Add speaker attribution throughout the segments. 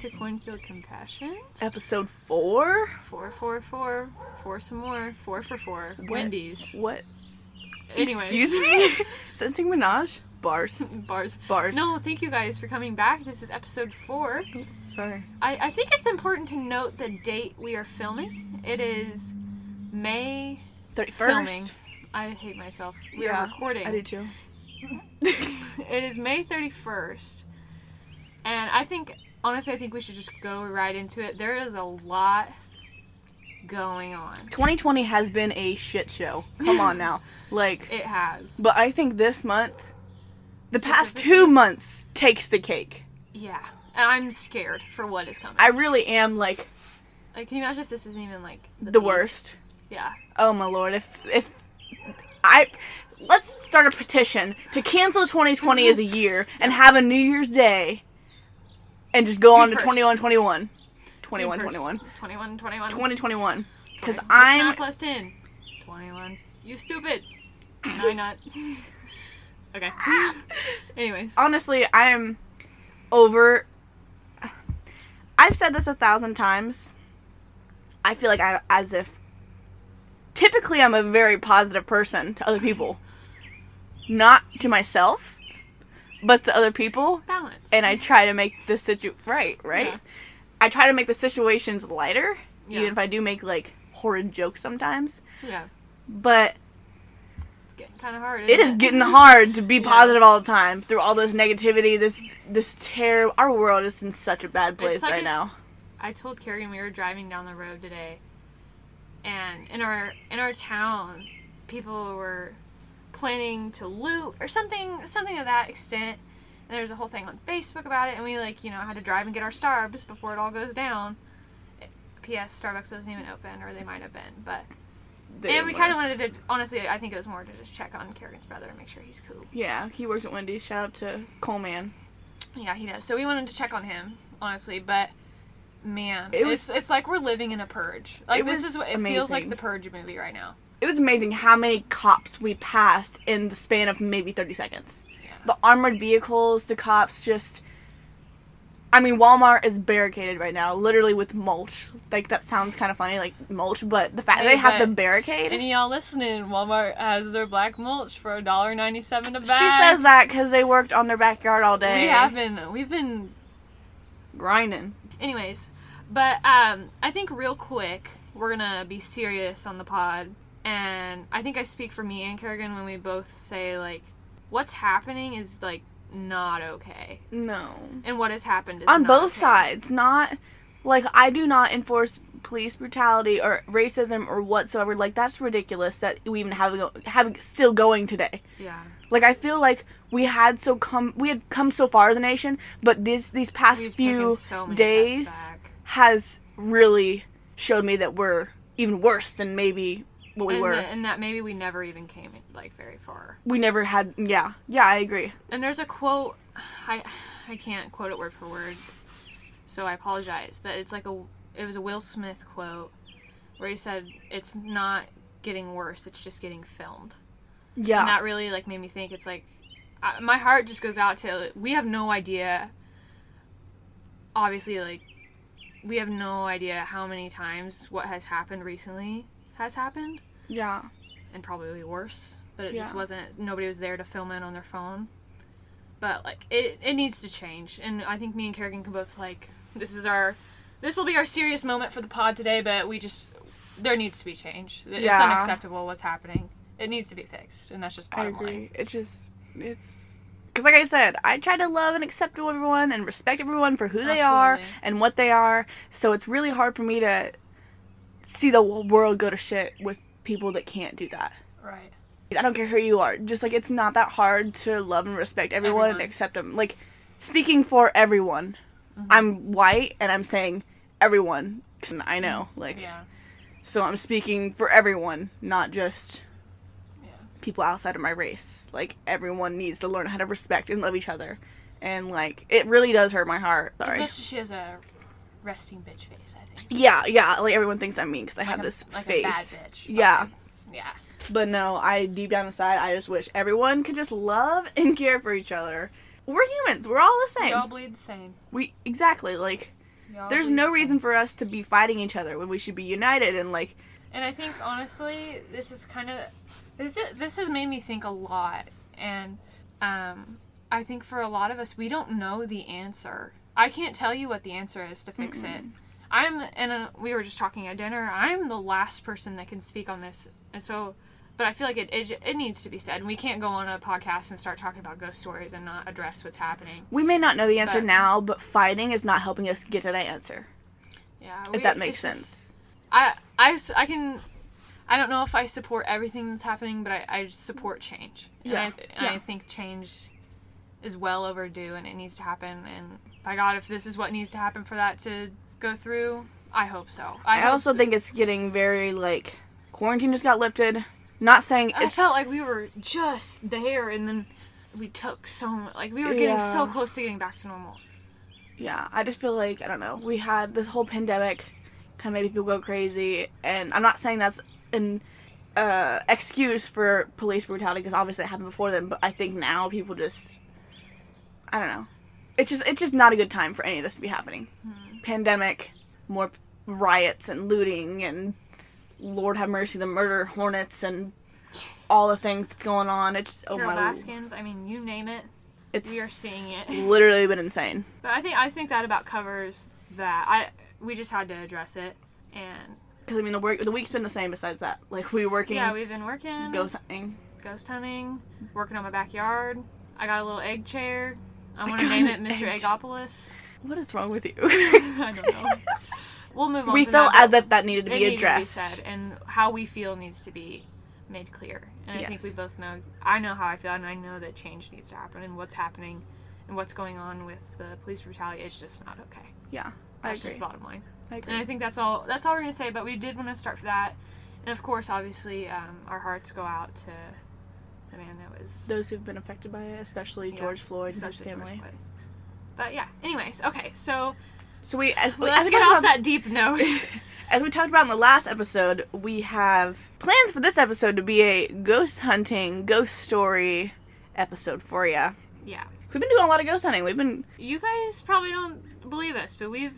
Speaker 1: to Cornfield Compassions.
Speaker 2: Episode four.
Speaker 1: Four, four, four, four some more. Four for four. Wendy's.
Speaker 2: What?
Speaker 1: Anyways.
Speaker 2: Excuse me. Sensing Minaj. Bars.
Speaker 1: Bars.
Speaker 2: Bars.
Speaker 1: No, thank you guys for coming back. This is episode four.
Speaker 2: Sorry.
Speaker 1: I, I think it's important to note the date we are filming. It is May.
Speaker 2: Thirty
Speaker 1: Filming. I hate myself. We
Speaker 2: Yeah,
Speaker 1: are recording.
Speaker 2: I do too.
Speaker 1: it is May 31st. And I think, honestly, I think we should just go right into it. There is a lot going on.
Speaker 2: 2020 has been a shit show. Come on now. Like,
Speaker 1: It has.
Speaker 2: but I think this month, the past two months takes the cake.
Speaker 1: Yeah. And I'm scared for what is coming.
Speaker 2: I really am like
Speaker 1: Like, can you imagine if this isn't even like
Speaker 2: the
Speaker 1: peak?
Speaker 2: worst.
Speaker 1: Yeah.
Speaker 2: Oh my lord. If if I let's start a petition to cancel 2020 as a year and have a New Year's Day and just go
Speaker 1: June
Speaker 2: on to
Speaker 1: first.
Speaker 2: 21 21 21
Speaker 1: June
Speaker 2: 21
Speaker 1: first. 21, 21.
Speaker 2: 2021 cuz
Speaker 1: That's
Speaker 2: I'm
Speaker 1: not plus 10. 21. You stupid. Why not? okay. Anyways.
Speaker 2: honestly I am over I've said this a thousand times. I feel like I as if typically I'm a very positive person to other people. Not to myself, but to other people.
Speaker 1: Balance.
Speaker 2: and I try to make the situ right, right.
Speaker 1: Yeah.
Speaker 2: I try to make the situations lighter,
Speaker 1: Yeah.
Speaker 2: even if I do make like horrid jokes sometimes.
Speaker 1: Yeah.
Speaker 2: But
Speaker 1: It's getting kind of hard.
Speaker 2: it
Speaker 1: isn't
Speaker 2: is getting hard to be
Speaker 1: Yeah.
Speaker 2: positive all the time through all this negativity. This this terrible. Our world is in such a bad place
Speaker 1: like
Speaker 2: right
Speaker 1: it's-
Speaker 2: now.
Speaker 1: I told Carrie and we were driving down the road today, and in our in our town, people were planning to loot or something something of that extent. And there's a whole thing on Facebook about it, and we like you know had to drive and get our Starbucks before it all goes down. P.S. Starbucks wasn't even open, or they might have been, but and we kind of wanted to honestly. I think it was more to just check on Kerrigan's brother and make sure he's cool.
Speaker 2: Yeah, he works at Wendy's. Shout out to Coleman.
Speaker 1: Yeah, he does. So we wanted to check on him, honestly, but man,
Speaker 2: It was-
Speaker 1: it's it's like we're living in a purge. Like
Speaker 2: It
Speaker 1: this
Speaker 2: was
Speaker 1: is what it feels like
Speaker 2: amazing.
Speaker 1: the purge movie right now.
Speaker 2: It was amazing how many cops we passed in the span of maybe thirty seconds.
Speaker 1: Yeah.
Speaker 2: The armored vehicles, the cops, just. I mean, Walmart is barricaded right now, literally with mulch. Like that sounds kind of funny, like mulch, but the fact that
Speaker 1: Hey,
Speaker 2: they have the
Speaker 1: but-
Speaker 2: barricade.
Speaker 1: And y'all listening, Walmart has their black mulch for a dollar ninety seven a
Speaker 2: she
Speaker 1: bag.
Speaker 2: says that because they worked on their backyard all day.
Speaker 1: we have been we've been
Speaker 2: grinding.
Speaker 1: anyways but um i think real quick we're gonna be serious on the pod and i think i speak for me and kerrigan when we both say like what's happening is like not okay
Speaker 2: No,
Speaker 1: and what has happened is
Speaker 2: on
Speaker 1: not
Speaker 2: both
Speaker 1: okay.
Speaker 2: sides, not like I do not enforce police brutality or racism or whatsoever. Like that's ridiculous that we even have have still going today.
Speaker 1: yeah
Speaker 2: Like I feel like we had so come we had come so far as a nation, but this these past
Speaker 1: We've taken
Speaker 2: few
Speaker 1: so many
Speaker 2: days
Speaker 1: steps back.
Speaker 2: has really showed me that we're even worse than maybe what we
Speaker 1: and,
Speaker 2: were.
Speaker 1: the- and that maybe we never even came like very far.
Speaker 2: we never had yeah. Yeah, I agree.
Speaker 1: And there's a quote, I I can't quote it word for word, so I apologize. But it's like a it was a Will Smith quote where he said it's not getting worse, it's just getting filmed.
Speaker 2: Yeah.
Speaker 1: And that really like made me think. It's like I, my heart just goes out to we have no idea. Obviously, like we have no idea how many times what has happened recently has happened.
Speaker 2: yeah.
Speaker 1: and probably worse. But it just
Speaker 2: Yeah.
Speaker 1: wasn't. Nobody was there to film it on their phone. But like it, it needs to change, and I think me and Kerrigan can both like this is our, this will be our serious moment for the pod today. But we just there needs to be change. It's
Speaker 2: Yeah.
Speaker 1: unacceptable what's happening. It needs to be fixed, and that's just
Speaker 2: I
Speaker 1: bottom line.
Speaker 2: agree. It's just it's because like I said, I try to love and accept everyone and respect everyone for who they are
Speaker 1: Absolutely.
Speaker 2: and what they are. So it's really hard for me to see the world go to shit with people that can't do that.
Speaker 1: Right.
Speaker 2: I don't care who you are. Just like it's not that hard to love and respect everyone, and
Speaker 1: Everyone.
Speaker 2: accept them. Like speaking for everyone,
Speaker 1: Mm-hmm.
Speaker 2: I'm white and I'm saying everyone. 'cause I know, like,
Speaker 1: Yeah.
Speaker 2: so I'm speaking for everyone, not just
Speaker 1: Yeah.
Speaker 2: people outside of my race. Like everyone needs to learn how to respect and love each other, and like it really does hurt my heart. Sorry.
Speaker 1: Especially she has a resting bitch face. I think.
Speaker 2: Yeah, yeah. Like everyone thinks I'm mean because I have
Speaker 1: Like a-
Speaker 2: this
Speaker 1: like
Speaker 2: face.
Speaker 1: A bad bitch.
Speaker 2: Yeah.
Speaker 1: fucking. Yeah.
Speaker 2: But no, I deep down inside, I just wish everyone could just love and care for each other. We're humans. We're all the
Speaker 1: We
Speaker 2: same.
Speaker 1: all bleed the same.
Speaker 2: We exactly like
Speaker 1: Y'all
Speaker 2: There's
Speaker 1: do
Speaker 2: no
Speaker 1: the
Speaker 2: reason for us to be fighting each other when we should be united and like
Speaker 1: And I think honestly, this is kind of this this has made me think a lot, and um, I think for a lot of us, we don't know the answer. I can't tell you what the answer is to fix it. I'm and uh, we were just talking at dinner. I'm the last person that can speak on this, and so. But I feel like it, it it needs to be said. We can't go on a podcast and start talking about ghost stories and not address what's happening.
Speaker 2: we may not know the answer
Speaker 1: But-
Speaker 2: now, but fighting is not helping us get to that answer.
Speaker 1: Yeah,
Speaker 2: If that makes
Speaker 1: it's just-
Speaker 2: sense.
Speaker 1: I, I, s- I can, I don't know if I support everything that's happening, but I, I support change. And
Speaker 2: Yeah.
Speaker 1: I, th- and
Speaker 2: Yeah.
Speaker 1: I think change is well overdue and it needs to happen. And by God, if this is what needs to happen for that to go through, I hope so.
Speaker 2: I,
Speaker 1: hope
Speaker 2: also
Speaker 1: so.
Speaker 2: think it's getting very like quarantine just got lifted. Not saying
Speaker 1: I
Speaker 2: it's
Speaker 1: felt like we were just there and then we took so much, like we were getting so
Speaker 2: Yeah.
Speaker 1: close to getting back to normal.
Speaker 2: yeah. I just feel like I don't know. We had this whole pandemic kind of made people go crazy, and I'm not saying that's an uh, excuse for police brutality because obviously it happened before then. But I think now people just I don't know. It's just it's just not a good time for any of this to be happening.
Speaker 1: Hmm.
Speaker 2: Pandemic, more p- riots and looting and Lord have mercy the murder hornets and all the things that's going on. It's oh
Speaker 1: Carol
Speaker 2: my
Speaker 1: Baskins, I mean, you name it.
Speaker 2: It's
Speaker 1: We are seeing it.
Speaker 2: literally been insane.
Speaker 1: But I think, I think that about covers that. I, we just had to address it. And
Speaker 2: Because I mean, the work the week's been the same. Besides that, like we working,
Speaker 1: yeah, we've been working.
Speaker 2: ghost hunting.
Speaker 1: ghost hunting, working on my backyard. I got a little egg chair. I
Speaker 2: I
Speaker 1: want to
Speaker 2: got
Speaker 1: name it
Speaker 2: an
Speaker 1: Mr.
Speaker 2: egg-
Speaker 1: Eggopolis.
Speaker 2: What is wrong with you?
Speaker 1: I don't know. We'll move on.
Speaker 2: we
Speaker 1: from
Speaker 2: felt
Speaker 1: that,
Speaker 2: as if that needed
Speaker 1: but
Speaker 2: to
Speaker 1: it
Speaker 2: be
Speaker 1: needed
Speaker 2: addressed.
Speaker 1: said, and how we feel needs to be made clear. And I
Speaker 2: Yes.
Speaker 1: think we both know. I know how I feel, and I know that change needs to happen, and what's happening, and what's going on with the police brutality. It's just not okay.
Speaker 2: yeah, I
Speaker 1: That's
Speaker 2: agree.
Speaker 1: just bottom line.
Speaker 2: I
Speaker 1: And I
Speaker 2: agree.
Speaker 1: think that's all. That's all we're gonna say. But we did want to start for that, and of course, obviously, um, our hearts go out to the man that was
Speaker 2: Those who've been affected by it, especially
Speaker 1: Yeah,
Speaker 2: George Floyd and his
Speaker 1: especially George
Speaker 2: family.
Speaker 1: Floyd. But yeah. Anyways, okay. So
Speaker 2: So we, as,
Speaker 1: well,
Speaker 2: as
Speaker 1: let's
Speaker 2: we
Speaker 1: get
Speaker 2: talked
Speaker 1: off
Speaker 2: about-
Speaker 1: that deep note.
Speaker 2: as we talked about in the last episode, we have plans for this episode to be a ghost hunting, ghost story episode for ya.
Speaker 1: yeah.
Speaker 2: We've been doing a lot of ghost hunting. We've been.
Speaker 1: You guys probably don't believe us, but we've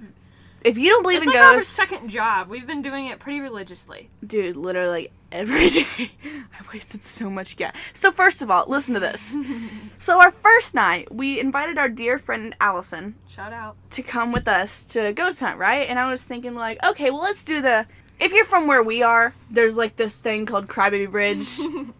Speaker 2: If you don't believe
Speaker 1: it's
Speaker 2: in
Speaker 1: like our
Speaker 2: ghosts,
Speaker 1: second job. We've been doing it pretty religiously.
Speaker 2: dude, literally every day, I wasted so much gas. So first of all, listen to this. So our first night, we invited our dear friend Allison
Speaker 1: Shout out.
Speaker 2: to come with us to ghost hunt, right? And I was thinking like, okay, well let's do the. If you're from where we are, there's like this thing called Crybaby Bridge.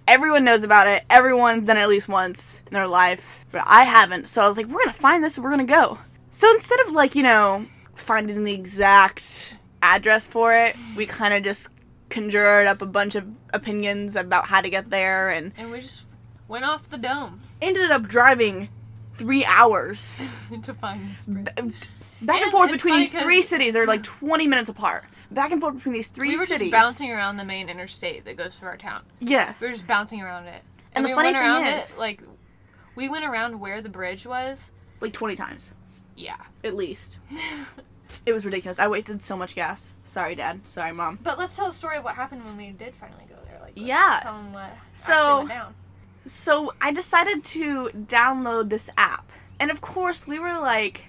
Speaker 2: Everyone knows about it. Everyone's done it at least once in their life, but I haven't. So I was like, we're gonna find this. We're gonna go. So instead of like you know finding the exact address for it, we kind of just conjured up a bunch of opinions about how to get there and
Speaker 1: and we just went off the dome
Speaker 2: ended up driving three hours
Speaker 1: to find this.
Speaker 2: b-
Speaker 1: bridge.
Speaker 2: t- back and,
Speaker 1: And
Speaker 2: forth
Speaker 1: it's
Speaker 2: between
Speaker 1: funny
Speaker 2: these three
Speaker 1: 'cause-
Speaker 2: cities. They're like 20 minutes apart. Back and forth between these three
Speaker 1: We were
Speaker 2: cities.
Speaker 1: just bouncing around the main interstate that goes through our town.
Speaker 2: Yes.
Speaker 1: We were just bouncing around it.
Speaker 2: And the
Speaker 1: we
Speaker 2: funny
Speaker 1: went
Speaker 2: thing
Speaker 1: around
Speaker 2: is-
Speaker 1: it like we went around where the bridge was.
Speaker 2: like 20 times
Speaker 1: Yeah.
Speaker 2: at least. It was ridiculous. I wasted so much gas. Sorry, Dad. Sorry, Mom.
Speaker 1: But let's tell the story of what happened when we did finally go there. Like, let's
Speaker 2: Yeah.
Speaker 1: Tell them what
Speaker 2: So-
Speaker 1: actually went down.
Speaker 2: So I decided to download this app. And of course, we were like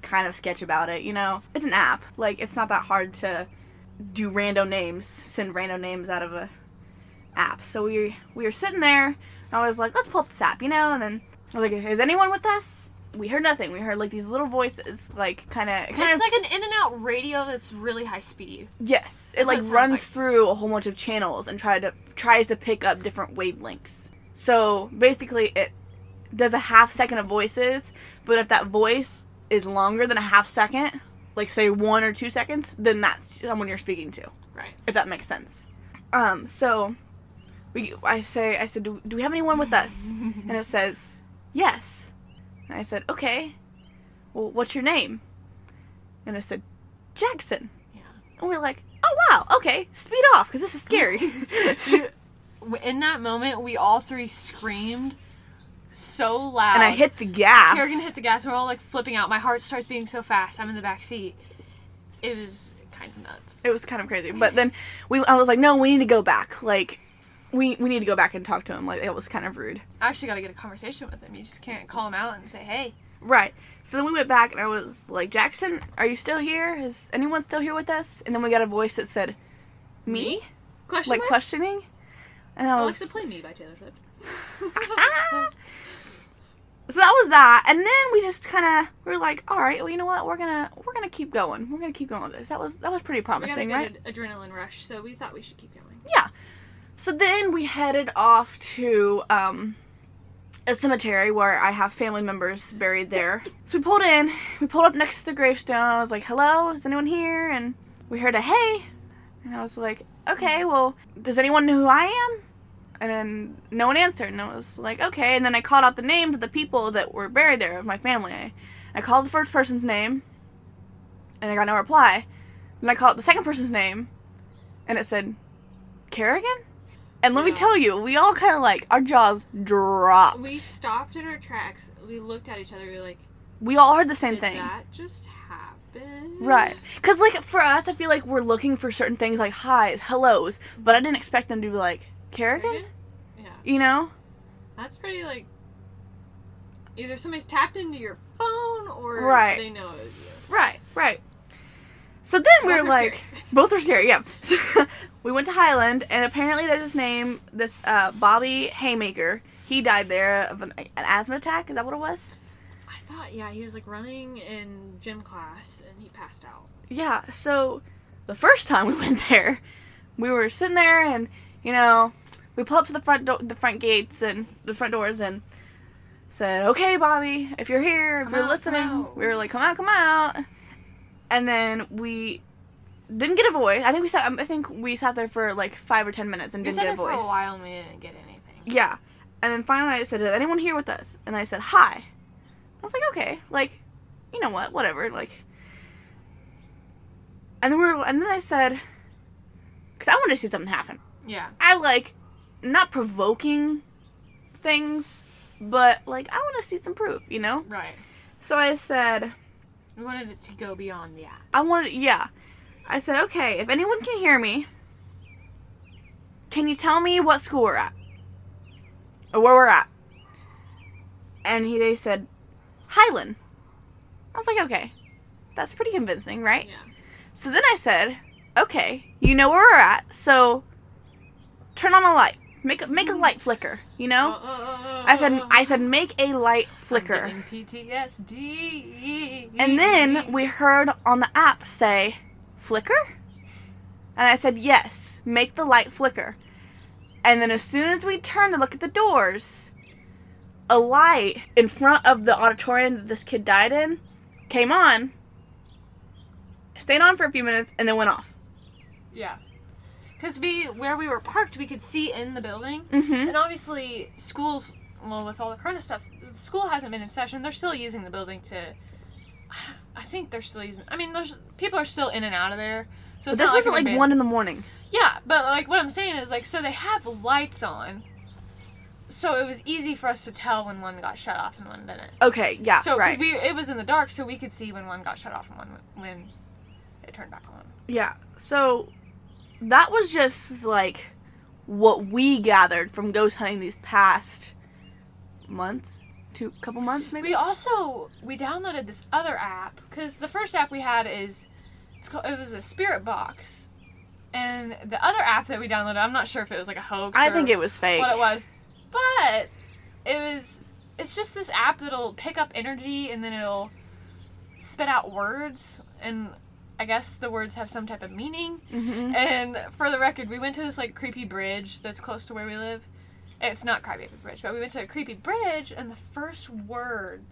Speaker 2: kind of sketch about it, you know? It's an app. Like, it's not that hard to do random names, send random names out of a app. So we we were sitting there, and I was like, let's pull up this app, you know? And then I was like, is anyone with us? We heard nothing. We heard like these little voices, like kind of, kind of,
Speaker 1: It's like an in and out radio that's really high speed.
Speaker 2: yes. It
Speaker 1: that's what
Speaker 2: like
Speaker 1: it sounds
Speaker 2: runs
Speaker 1: like.
Speaker 2: through a whole bunch of channels and try to tries to pick up different wavelengths. So basically, it does a half second of voices, but if that voice is longer than a half second, like say one or two seconds, then that's someone you're speaking to
Speaker 1: Right.
Speaker 2: if that makes sense. Um, so we, I say, I said, do, do we have anyone with us? and it says, yes. And I said, okay. Well, what's your name? And it said, Jackson.
Speaker 1: Yeah.
Speaker 2: And we are like, oh wow, okay, speed off because this is scary.
Speaker 1: You- In that moment, we all three screamed so loud.
Speaker 2: and I uh, hit the gas.
Speaker 1: Kerrigan hit the gas. We're all like flipping out. My heart starts beating so fast. I'm in the back seat. It was kind of nuts.
Speaker 2: it was kind of crazy. But then we, I was like, no, we need to go back. Like, we we need to go back and talk to him. Like, it was kind of rude.
Speaker 1: I actually got to get a conversation with him. You just can't call him out and say, "Hey,
Speaker 2: Right. So then we went back and I was like, Jackson, are you still here? Is anyone still here with us? And then we got a voice that said, Me?
Speaker 1: Question
Speaker 2: Like
Speaker 1: mark?
Speaker 2: questioning? And I was
Speaker 1: Alexa, play Me by Taylor Swift.
Speaker 2: So that was that. And then we just kinda we were like, Alright, well you know what? We're gonna we're gonna keep going. We're gonna keep going with this. That was that was pretty
Speaker 1: we got a
Speaker 2: promising,
Speaker 1: good
Speaker 2: right?
Speaker 1: ad- adrenaline rush, so we thought we should keep going.
Speaker 2: So then we headed off to um, a cemetery where I have family members buried there. so we pulled in, we pulled up next to the gravestone. I was like, hello, is anyone here? And we heard a hey. And I was like, okay, well, does anyone know who I am? And then no one answered. And I was like, okay. And then I called out the names of the people that were buried there of my family. I, I called the first person's name and I got no reply. Then I called the second person's name and it said, Kerrigan? And let
Speaker 1: Yeah.
Speaker 2: me tell you, we all kind of like our jaws dropped.
Speaker 1: We
Speaker 2: We,
Speaker 1: stopped in our tracks. We looked at each other. We were like,
Speaker 2: all heard the same
Speaker 1: did
Speaker 2: thing,
Speaker 1: that just happen?
Speaker 2: right? Because like for us, I feel like we're looking for certain things like highs, hellos, but I didn't expect them to be like Kerrigan,
Speaker 1: Yeah.
Speaker 2: you know?
Speaker 1: That's pretty like either somebody's tapped into your phone or
Speaker 2: Right.
Speaker 1: they know it was you.
Speaker 2: Right, right. So then we
Speaker 1: Both
Speaker 2: were
Speaker 1: are
Speaker 2: like,
Speaker 1: scary.
Speaker 2: both are scary. Yeah. So, we went to Highland, and apparently there's this name, this uh, Bobby Haymaker. He died there of an, an asthma attack. Is that what it was?
Speaker 1: I thought yeah, he was like running in gym class and he passed out.
Speaker 2: Yeah, so the first time we went there, we were sitting there and, you know, we pull up to the front door, the front gates and the front doors and said, "Okay, Bobby, if you're here, if
Speaker 1: Come
Speaker 2: you're
Speaker 1: out, come
Speaker 2: listening."
Speaker 1: out.
Speaker 2: We were like, "Come out, come out." And then we didn't get a voice. I think we sat um, I think we sat there for like 5 or 10 minutes and
Speaker 1: We
Speaker 2: didn't
Speaker 1: said
Speaker 2: get
Speaker 1: it
Speaker 2: a voice.
Speaker 1: for a while and we didn't get anything.
Speaker 2: Yeah. And then finally I said, Is anyone here with us? And I said, Hi. I was like, Okay, like, you know what, whatever, like And then we were and then I said because I wanted to see something happen.
Speaker 1: Yeah.
Speaker 2: I like not provoking things, but like I wanna see some proof, you know?
Speaker 1: Right.
Speaker 2: So I said
Speaker 1: We wanted it to go beyond the app.
Speaker 2: I wanted yeah. I said, Okay, if anyone can hear me, can you tell me what school we're at? Or where we're at? and he they said Highland. I was like, okay, that's pretty convincing, right?
Speaker 1: Yeah.
Speaker 2: So then I said, okay, you know where we're at, so turn on a light, make a,
Speaker 1: Mm.
Speaker 2: make a light flicker, you
Speaker 1: Uh,
Speaker 2: know. I said I said make a light flicker,
Speaker 1: Oh, I'm getting PTSD.
Speaker 2: and then we heard on the app say flicker, and I said yes, make the light flicker, and then as soon as we turned to look at the doors, a light in front of the auditorium that this kid died in came on, stayed on for a few minutes, and then went off.
Speaker 1: Yeah. Cause we where we were parked we could see in the building.
Speaker 2: Mm-hmm.
Speaker 1: And obviously, schools, well, with all the corona stuff, the school hasn't been in session. They're still using the building to. I think they're still using. I mean, there's people are still in and out of there. So
Speaker 2: But
Speaker 1: it's
Speaker 2: this
Speaker 1: not
Speaker 2: wasn't
Speaker 1: like,
Speaker 2: like,
Speaker 1: they've been-
Speaker 2: one in the morning.
Speaker 1: Yeah, but like what I'm saying is like so they have lights on. So it was easy for us to tell when one got shut off and one didn't.
Speaker 2: Okay, yeah,
Speaker 1: so 'cause
Speaker 2: right.
Speaker 1: we it was in the dark, so we could see when one got shut off and one when it turned back on.
Speaker 2: yeah, so that was just like what we gathered from ghost hunting these past months, two couple months maybe.
Speaker 1: We also we downloaded this other app because the first app we had is it's called it was a Spirit Box, and the other app that we downloaded I'm not sure if it was like a hoax.
Speaker 2: I
Speaker 1: or
Speaker 2: think it was fake.
Speaker 1: what it was, but it was it's just this app that'll pick up energy and then it'll spit out words and. I guess the words have some type of meaning.
Speaker 2: hmm
Speaker 1: And for the record, we went to this like creepy bridge that's close to where we live. It's not Crybaby Bridge, but we went to a creepy bridge, and the first word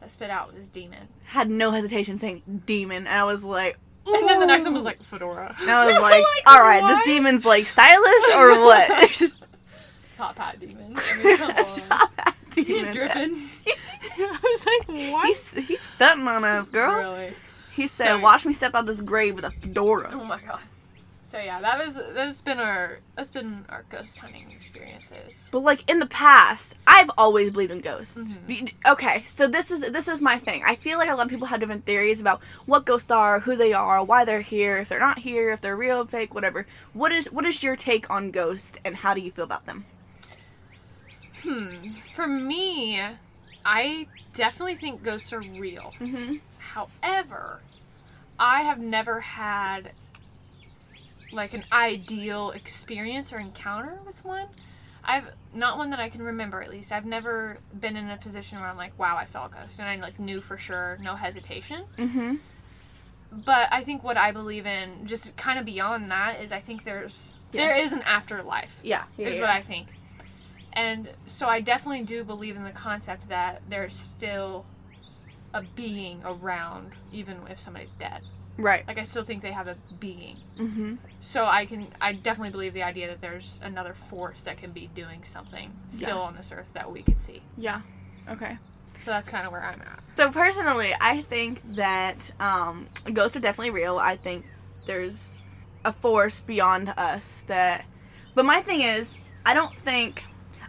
Speaker 1: that spit out was demon.
Speaker 2: Had no hesitation saying demon, and I was like.
Speaker 1: And then the next one
Speaker 2: "Ooh."
Speaker 1: was like fedora.
Speaker 2: And I was like, all right,
Speaker 1: what?
Speaker 2: this demon's like stylish or what?
Speaker 1: top hat demon. I mean, come on.
Speaker 2: Stop that
Speaker 1: He's
Speaker 2: demon.
Speaker 1: dripping. I was like, what?
Speaker 2: He's, he's stunting on us, girl.
Speaker 1: Really?
Speaker 2: He said,
Speaker 1: So-
Speaker 2: watch me step out this grave with a fedora.
Speaker 1: Oh my god. So yeah, that was that's been our that's been our ghost hunting experiences.
Speaker 2: But like in the past, I've always believed in ghosts.
Speaker 1: Mhm.
Speaker 2: D- d- Okay, so this is this is my thing. I feel like a lot of people have different theories about what ghosts are, who they are, why they're here, if they're not here, if they're real, fake, whatever. What is what is your take on ghosts and how do you feel about them?
Speaker 1: Hmm. For me, I definitely think ghosts are real.
Speaker 2: Mm-hmm.
Speaker 1: However, I have never had like an ideal experience or encounter with one. I've not one that I can remember at least. I've never been in a position where I'm like, wow, I saw a ghost and I like knew for sure, no hesitation.
Speaker 2: Mm-hmm.
Speaker 1: But I think what I believe in, just kind of beyond that, is I think there's there
Speaker 2: Yes.
Speaker 1: is an afterlife
Speaker 2: Yeah. yeah,
Speaker 1: is
Speaker 2: yeah.
Speaker 1: what I think. And so I definitely do believe in the concept that there's still a being around, even if somebody's dead.
Speaker 2: Right.
Speaker 1: Like I still think they have a being.
Speaker 2: Mm-hmm.
Speaker 1: So I can, I definitely believe the idea that there's another force that can be doing something still
Speaker 2: Yeah.
Speaker 1: on this earth that we could see.
Speaker 2: Yeah. Okay.
Speaker 1: So that's kind of where I'm at.
Speaker 2: So personally, I think that um, ghosts are definitely real. I think there's a force beyond us that. But my thing is, I don't think.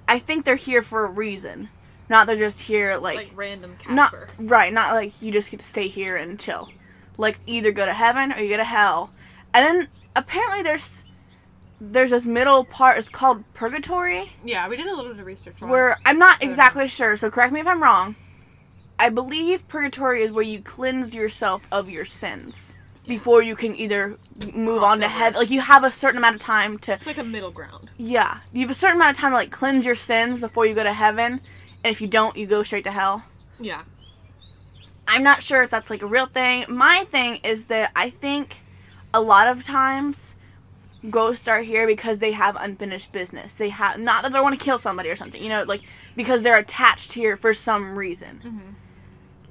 Speaker 2: I think they're here for a reason. Not they're just here like,
Speaker 1: random
Speaker 2: not right. Not like you just get to stay here and chill. Like either go to heaven or you go to hell. And then apparently there's there's this middle part. It's called purgatory
Speaker 1: Yeah, we did a little bit of research on
Speaker 2: where I'm not
Speaker 1: So-
Speaker 2: exactly sure, so correct me if I'm wrong. I believe purgatory is where you cleanse yourself of your sins before you can either move
Speaker 1: Cross
Speaker 2: on to
Speaker 1: over.
Speaker 2: heaven. Like you have a certain amount of time to
Speaker 1: It's like a middle ground.
Speaker 2: yeah, you have a certain amount of time to like cleanse your sins before you go to heaven, and if you don't, you go straight to hell.
Speaker 1: Yeah.
Speaker 2: I'm not sure if that's like a real thing. My thing is that I think a lot of times ghosts are here because they have unfinished business. They have not that they want to kill somebody or something, you know, like because they're attached here for some reason.
Speaker 1: Mm-hmm.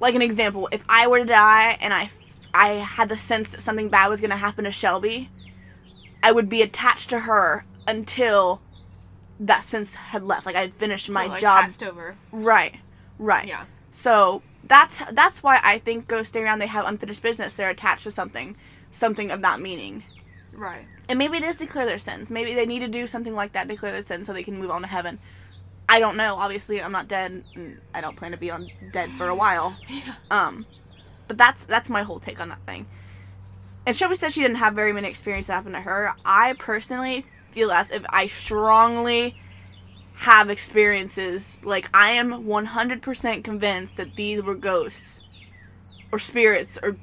Speaker 2: Like an example, if I were to die and I I had the sense that something bad was going to happen to Shelby, I would be attached to her until that sense had left. Like I had finished my job.
Speaker 1: passed over.
Speaker 2: Right. Right.
Speaker 1: Yeah.
Speaker 2: So that's that's why I think ghosts stay around. They have unfinished business. They're attached to something, something of that meaning.
Speaker 1: Right.
Speaker 2: And maybe it is declare their sins. Maybe they need to do something like that, declare their sins, so they can move on to heaven. I don't know. Obviously, I'm not dead. And I don't plan to be on dead for a while.
Speaker 1: Yeah.
Speaker 2: Um, but that's that's my whole take on that thing. And Shelby said she didn't have very many experiences happen to her. I personally feel as if I strongly have experiences like I am 100% convinced that these were ghosts or spirits or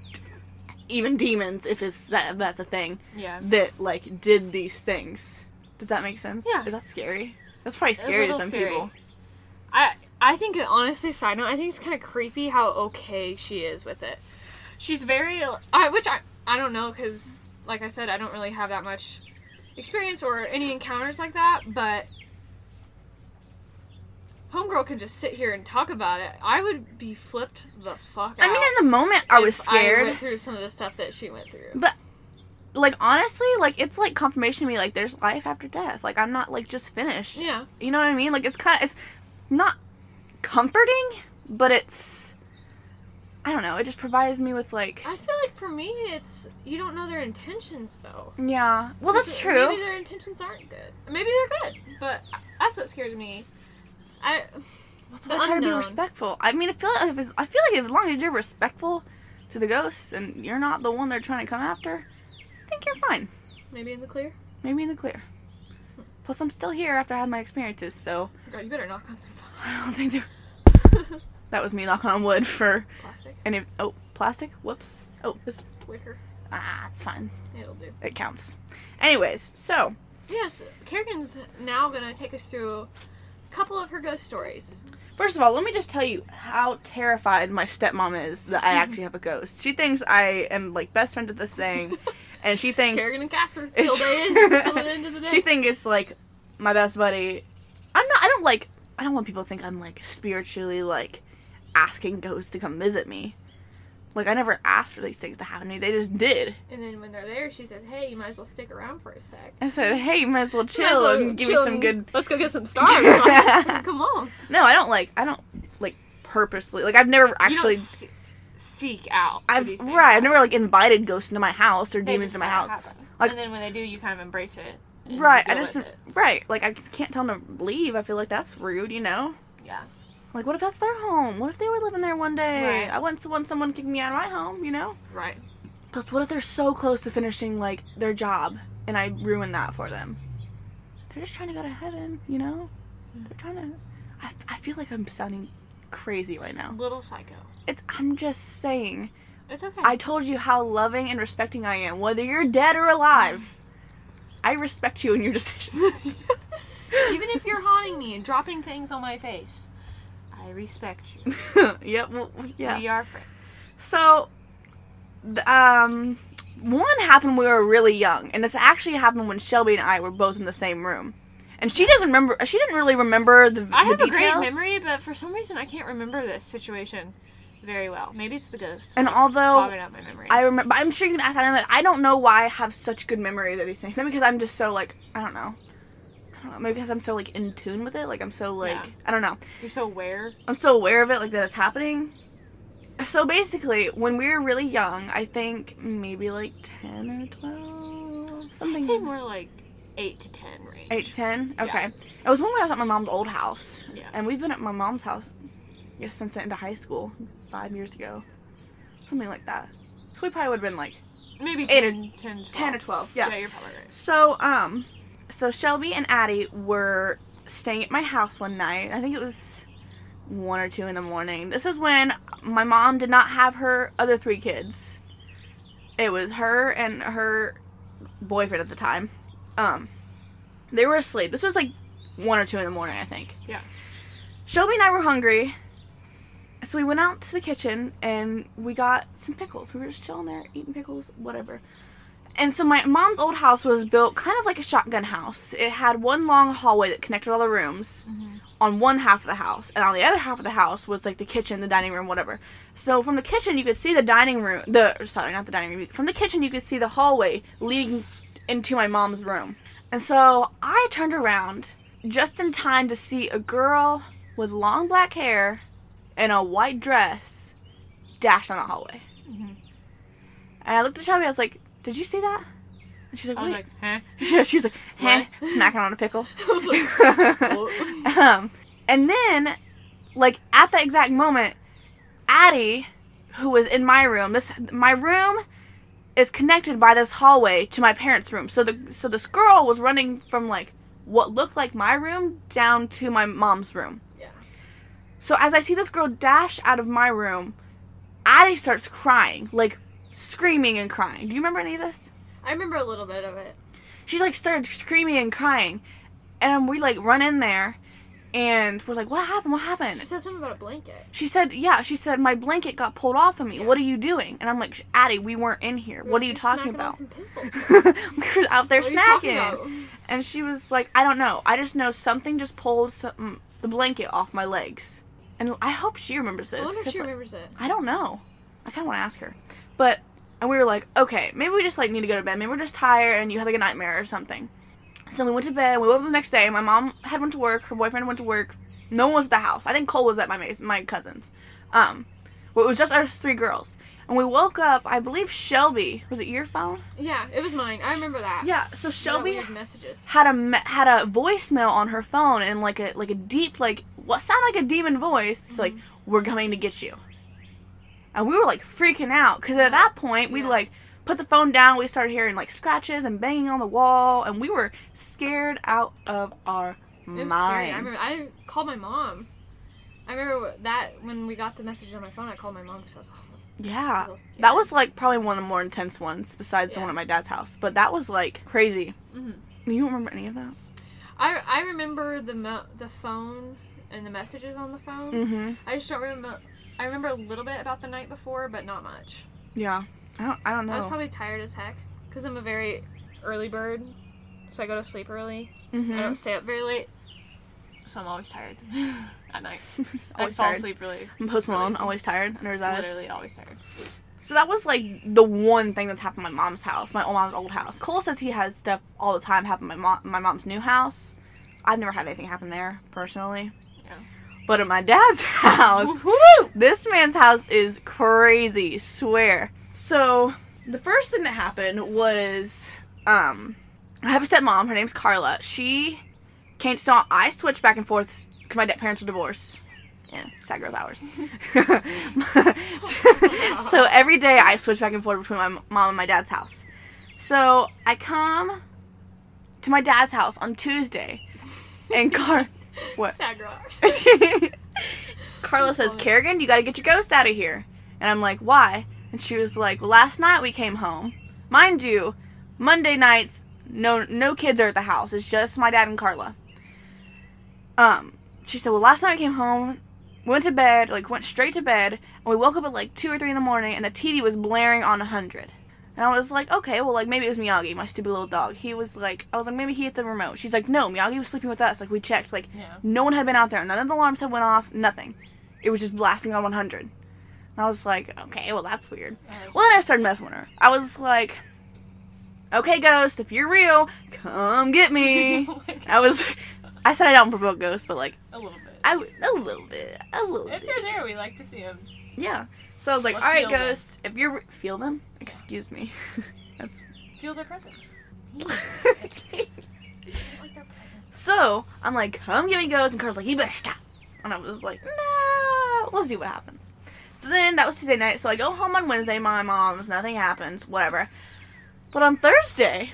Speaker 2: even demons if it's that if that's a thing
Speaker 1: Yeah.
Speaker 2: that like did these things. Does that make sense?
Speaker 1: Yeah.
Speaker 2: Is that scary? That's probably scary to
Speaker 1: little
Speaker 2: some
Speaker 1: scary.
Speaker 2: people.
Speaker 1: I I think honestly, side note, I think it's kind of creepy how okay she is with it. She's very, I, which I I don't know because like I said, I don't really have that much experience or any encounters like that. But homegirl can just sit here and talk about it. I would be flipped the fuck out.
Speaker 2: I mean, in the moment, I was
Speaker 1: if
Speaker 2: scared.
Speaker 1: I went through some of the stuff that she went through.
Speaker 2: like honestly, like it's like confirmation to me like there's life after death. Like I'm not like just finished.
Speaker 1: Yeah,
Speaker 2: You know what I mean? Like it's kind of it's not comforting, but it's I don't know. It just provides me with like
Speaker 1: I feel like for me, it's you don't know their intentions though.
Speaker 2: yeah. Well, that's
Speaker 1: Maybe-
Speaker 2: true.
Speaker 1: Maybe their intentions aren't good. Maybe they're good, but that's what scares me. I
Speaker 2: That's
Speaker 1: the
Speaker 2: why I try to be
Speaker 1: unknown.
Speaker 2: respectful. I mean, I feel like if it's, I feel like as long as you're respectful to the ghosts and you're not the one they're trying to come after, I think you're fine.
Speaker 1: maybe in the clear.
Speaker 2: Maybe in the clear. Plus, I'm still here after I had my experiences, so
Speaker 1: God, you better knock on some fucking
Speaker 2: I don't think there- that was me knocking on wood for
Speaker 1: plastic
Speaker 2: And if oh, plastic. Whoops. Oh, this
Speaker 1: wicker.
Speaker 2: ah, it's fine.
Speaker 1: It'll do.
Speaker 2: It counts. Anyways, so
Speaker 1: Yes, Kerrigan's now gonna take us through a couple of her ghost stories.
Speaker 2: first of all, let me just tell you how terrified my stepmom is that I actually have a ghost. She thinks I am like best friend to this thing, and she thinks
Speaker 1: Kerrigan and Casper. Till
Speaker 2: It's-
Speaker 1: the end. Till the end of the day.
Speaker 2: she thinks it's like my best buddy. I'm not. I don't like. I don't want people to think I'm like spiritually like asking ghosts to come visit me. Like I never asked for these things to happen to me. They just did.
Speaker 1: and then when they're there, she says, "Hey, you might as well stick around for a sec."
Speaker 2: I said, "Hey, you might as well chill
Speaker 1: Might as well
Speaker 2: and give
Speaker 1: chill
Speaker 2: me some
Speaker 1: and-
Speaker 2: good
Speaker 1: Let's go get some stars. Like, come on.
Speaker 2: No, I don't like. I don't like purposely. Like I've never actually.
Speaker 1: you don't se- seek out. for
Speaker 2: I've
Speaker 1: these things
Speaker 2: right. I've
Speaker 1: happen.
Speaker 2: never like invited ghosts into my house or
Speaker 1: They
Speaker 2: demons
Speaker 1: just
Speaker 2: to my
Speaker 1: kinda
Speaker 2: house.
Speaker 1: happen.
Speaker 2: Like-
Speaker 1: and then when they do, you kind of embrace it. and
Speaker 2: Right. I
Speaker 1: deal
Speaker 2: just
Speaker 1: with it.
Speaker 2: right. Like I can't tell them to leave. I feel like that's rude. You know.
Speaker 1: Yeah.
Speaker 2: Like what if that's their home? What if they were living there one day?
Speaker 1: Right.
Speaker 2: I wouldn't want someone kicking me out of my home. You know.
Speaker 1: Right.
Speaker 2: Plus, what if they're so close to finishing like their job and I ruin that for them? They're just trying to go to heaven. You know. They're trying to. I, I feel like I'm sounding crazy right now.
Speaker 1: Little psycho.
Speaker 2: It's I'm just saying.
Speaker 1: It's okay.
Speaker 2: I told you how loving and respecting I am, whether you're dead or alive. I respect you and your decisions.
Speaker 1: Even if you're haunting me and dropping things on my face, I respect you.
Speaker 2: yep. Well, yeah.
Speaker 1: We are friends.
Speaker 2: So, th- um, one happened when we were really young, and this actually happened when Shelby and I were both in the same room. And she doesn't remember. She didn't really remember the.
Speaker 1: I
Speaker 2: the
Speaker 1: have a great
Speaker 2: details.
Speaker 1: memory, but for some reason I can't remember this situation very well. Maybe it's the ghost.
Speaker 2: And although
Speaker 1: fogging out my memory.
Speaker 2: I remember, but I'm sure you can ask that. I don't know why I have such good memory of these things. Maybe because I'm just so like I don't know. I don't know. Maybe because I'm so like in tune with it. Like I'm so like
Speaker 1: Yeah.
Speaker 2: I don't know.
Speaker 1: You're so aware.
Speaker 2: I'm so aware of it, like that it's happening. So basically, when we were really young, I think maybe like ten or twelve, something.
Speaker 1: I'd say more like eight to ten range.
Speaker 2: Eight to ten.
Speaker 1: Yeah.
Speaker 2: Okay. It was when I was at my mom's old house,
Speaker 1: Yeah.
Speaker 2: and we've been at my mom's house, yes, since the end of high school, five years ago, something like that. So we probably would have been like
Speaker 1: Maybe
Speaker 2: Eight
Speaker 1: 10, 10, 12.
Speaker 2: ten or twelve.
Speaker 1: Yeah.
Speaker 2: Yeah.
Speaker 1: you're probably right.
Speaker 2: So um, so Shelby and Addie were staying at my house one night. I think it was one or two in the morning. This is when my mom did not have her other three kids. It was her and her boyfriend at the time. Um, they were asleep. This was like one or two in the morning, I think.
Speaker 1: Yeah.
Speaker 2: Shelby and I were hungry. So we went out to the kitchen and we got some pickles. We were just chilling there, eating pickles, whatever. And so my mom's old house was built kind of like a shotgun house. It had one long hallway that connected all the rooms
Speaker 1: Mhm.
Speaker 2: on one half of the house, and on the other half of the house was like the kitchen, the dining room, whatever. So from the kitchen you could see the dining room. The sorry, not the dining room. From the kitchen you could see the hallway leading into my mom's room. And so I turned around just in time to see a girl with long black hair and a white dress dash down the hallway.
Speaker 1: Mhm.
Speaker 2: And I looked at Shelby. I was like, "Did you see that?" And she's like,
Speaker 1: I was
Speaker 2: "What?"
Speaker 1: like, huh?
Speaker 2: Yeah, she was like, "Heh,"
Speaker 1: What?
Speaker 2: smacking on a pickle.
Speaker 1: I was like, Whoa.
Speaker 2: um, and then, like at the exact moment, Addie, who was in my room, this my room is connected by this hallway to my parents' room. So the so this girl was running from like what looked like my room down to my mom's room.
Speaker 1: Yeah.
Speaker 2: So as I see this girl dash out of my room, Addie starts crying, like screaming and crying. Do you remember any of this?
Speaker 1: I remember a little bit of it.
Speaker 2: she like started screaming and crying and we like run in there and we're like what happened what
Speaker 1: She
Speaker 2: happened
Speaker 1: said something about a blanket.
Speaker 2: she said yeah she said my blanket got pulled off of me
Speaker 1: Yeah.
Speaker 2: what are you doing and i'm like addie we weren't in here
Speaker 1: We
Speaker 2: what
Speaker 1: were
Speaker 2: are you talking
Speaker 1: snacking on
Speaker 2: about
Speaker 1: some pickles.
Speaker 2: we were out there
Speaker 1: What are you talking
Speaker 2: snacking
Speaker 1: about?
Speaker 2: and she was like i don't know i just know something just pulled some, the blanket off my legs and i hope she remembers this
Speaker 1: I wonder if
Speaker 2: 'cause,
Speaker 1: she
Speaker 2: like,
Speaker 1: remembers it.
Speaker 2: I don't know. I kind of want to ask her. But, and we were like, okay, maybe we just like need to go to bed. Maybe we're just tired and you had like a nightmare or something. So we went to bed. We woke up the next day. My mom had went to work. Her boyfriend went to work. No one was at the house. I think Cole was at my mas- my cousin's. Um, well, it was just us three girls. And we woke up. I believe Shelby was it your phone?
Speaker 1: Yeah, it was mine. I remember that.
Speaker 2: Yeah. So
Speaker 1: Yeah, we
Speaker 2: Shelby
Speaker 1: had messages.
Speaker 2: had a me- had a voicemail on her phone and like a like a deep like what sounded like a demon voice it's like
Speaker 1: Mm-hmm.
Speaker 2: we're coming to get you and we were like freaking out because at that point we
Speaker 1: Yeah.
Speaker 2: like put the phone down we started hearing like scratches and banging on the wall and we were scared out of our
Speaker 1: It was
Speaker 2: mind
Speaker 1: scary. I remember. I called my mom. I remember wh- that when we got the message on my phone, I called my mom because I was awful.
Speaker 2: yeah
Speaker 1: I was scared.
Speaker 2: Uh, that was like probably one of the more intense ones besides the
Speaker 1: Yeah.
Speaker 2: one at my dad's house but that was like crazy
Speaker 1: Mhm.
Speaker 2: you don't remember any of that
Speaker 1: I, I remember the mo- the phone and the messages on the phone.
Speaker 2: mm-hmm
Speaker 1: I just don't remember. I remember a little bit about the night before, but not much.
Speaker 2: yeah i don't, I don't know
Speaker 1: I was probably tired as heck because I'm a very early bird, so I go to sleep early.
Speaker 2: Mhm.
Speaker 1: I don't stay up very late, so I'm always tired at night. I
Speaker 2: Always
Speaker 1: fall
Speaker 2: tired.
Speaker 1: asleep really,
Speaker 2: I'm Post
Speaker 1: Really
Speaker 2: Malone,
Speaker 1: soon.
Speaker 2: always tired under his eyes.
Speaker 1: literally always tired.
Speaker 2: So that was like the one thing that's happened at my mom's house, my old mom's old house. Cole says he has stuff all the time happen at my mom, my mom's new house. I've never had anything happen there personally.
Speaker 1: Yeah.
Speaker 2: But at my dad's house,
Speaker 1: Woo-hoo!
Speaker 2: this man's house is crazy, swear. So the first thing that happened was um I have a stepmom, her name's Carla. She came so I switched back and forth because my dad, parents were divorced. Yeah, sad girl's hours. so every day I switch back and forth between my mom and my dad's house. So I come to my dad's house on Tuesday, and Car- What?
Speaker 1: Sagrars.
Speaker 2: Carla says, Kerrigan, you gotta get your ghost out of here. And I'm like, why? And she was like, well, last night we came home. Mind you, Monday nights, no no kids are at the house. It's just my dad and Carla. Um, she said, well, last night we came home, went to bed, like went straight to bed, and we woke up at like two or three in the morning, and the TV was blaring on a hundred. And I was like, okay, well, like maybe it was Miyagi, my stupid little dog. He was like, I was like, maybe he hit the remote. She's like, no, Miyagi was sleeping with us. Like we checked, like
Speaker 1: yeah.
Speaker 2: no one had been out there. None of the alarms had went off. Nothing. It was just blasting on 100. And I was like, okay, well that's weird. Well, then I started messing with her. I was like, okay, ghost, if you're real, come get me.
Speaker 1: Oh my God.
Speaker 2: I was, I said I don't provoke ghosts, but like
Speaker 1: a little bit.
Speaker 2: I would- a little bit, a little
Speaker 1: If
Speaker 2: bit.
Speaker 1: they're there, we like to see them.
Speaker 2: Yeah. So I was like,
Speaker 1: Or
Speaker 2: all right,
Speaker 1: feel them.
Speaker 2: ghost, if you're re- feel them. Excuse me. That's.
Speaker 1: Feel their presence. Feel like their presence.
Speaker 2: so I'm like, come get me, ghost, and Carl's like, you better stop. And I was like, no, we'll see what happens. So then that was Tuesday night. So I go home on Wednesday. My mom's nothing happens. Whatever. But on Thursday,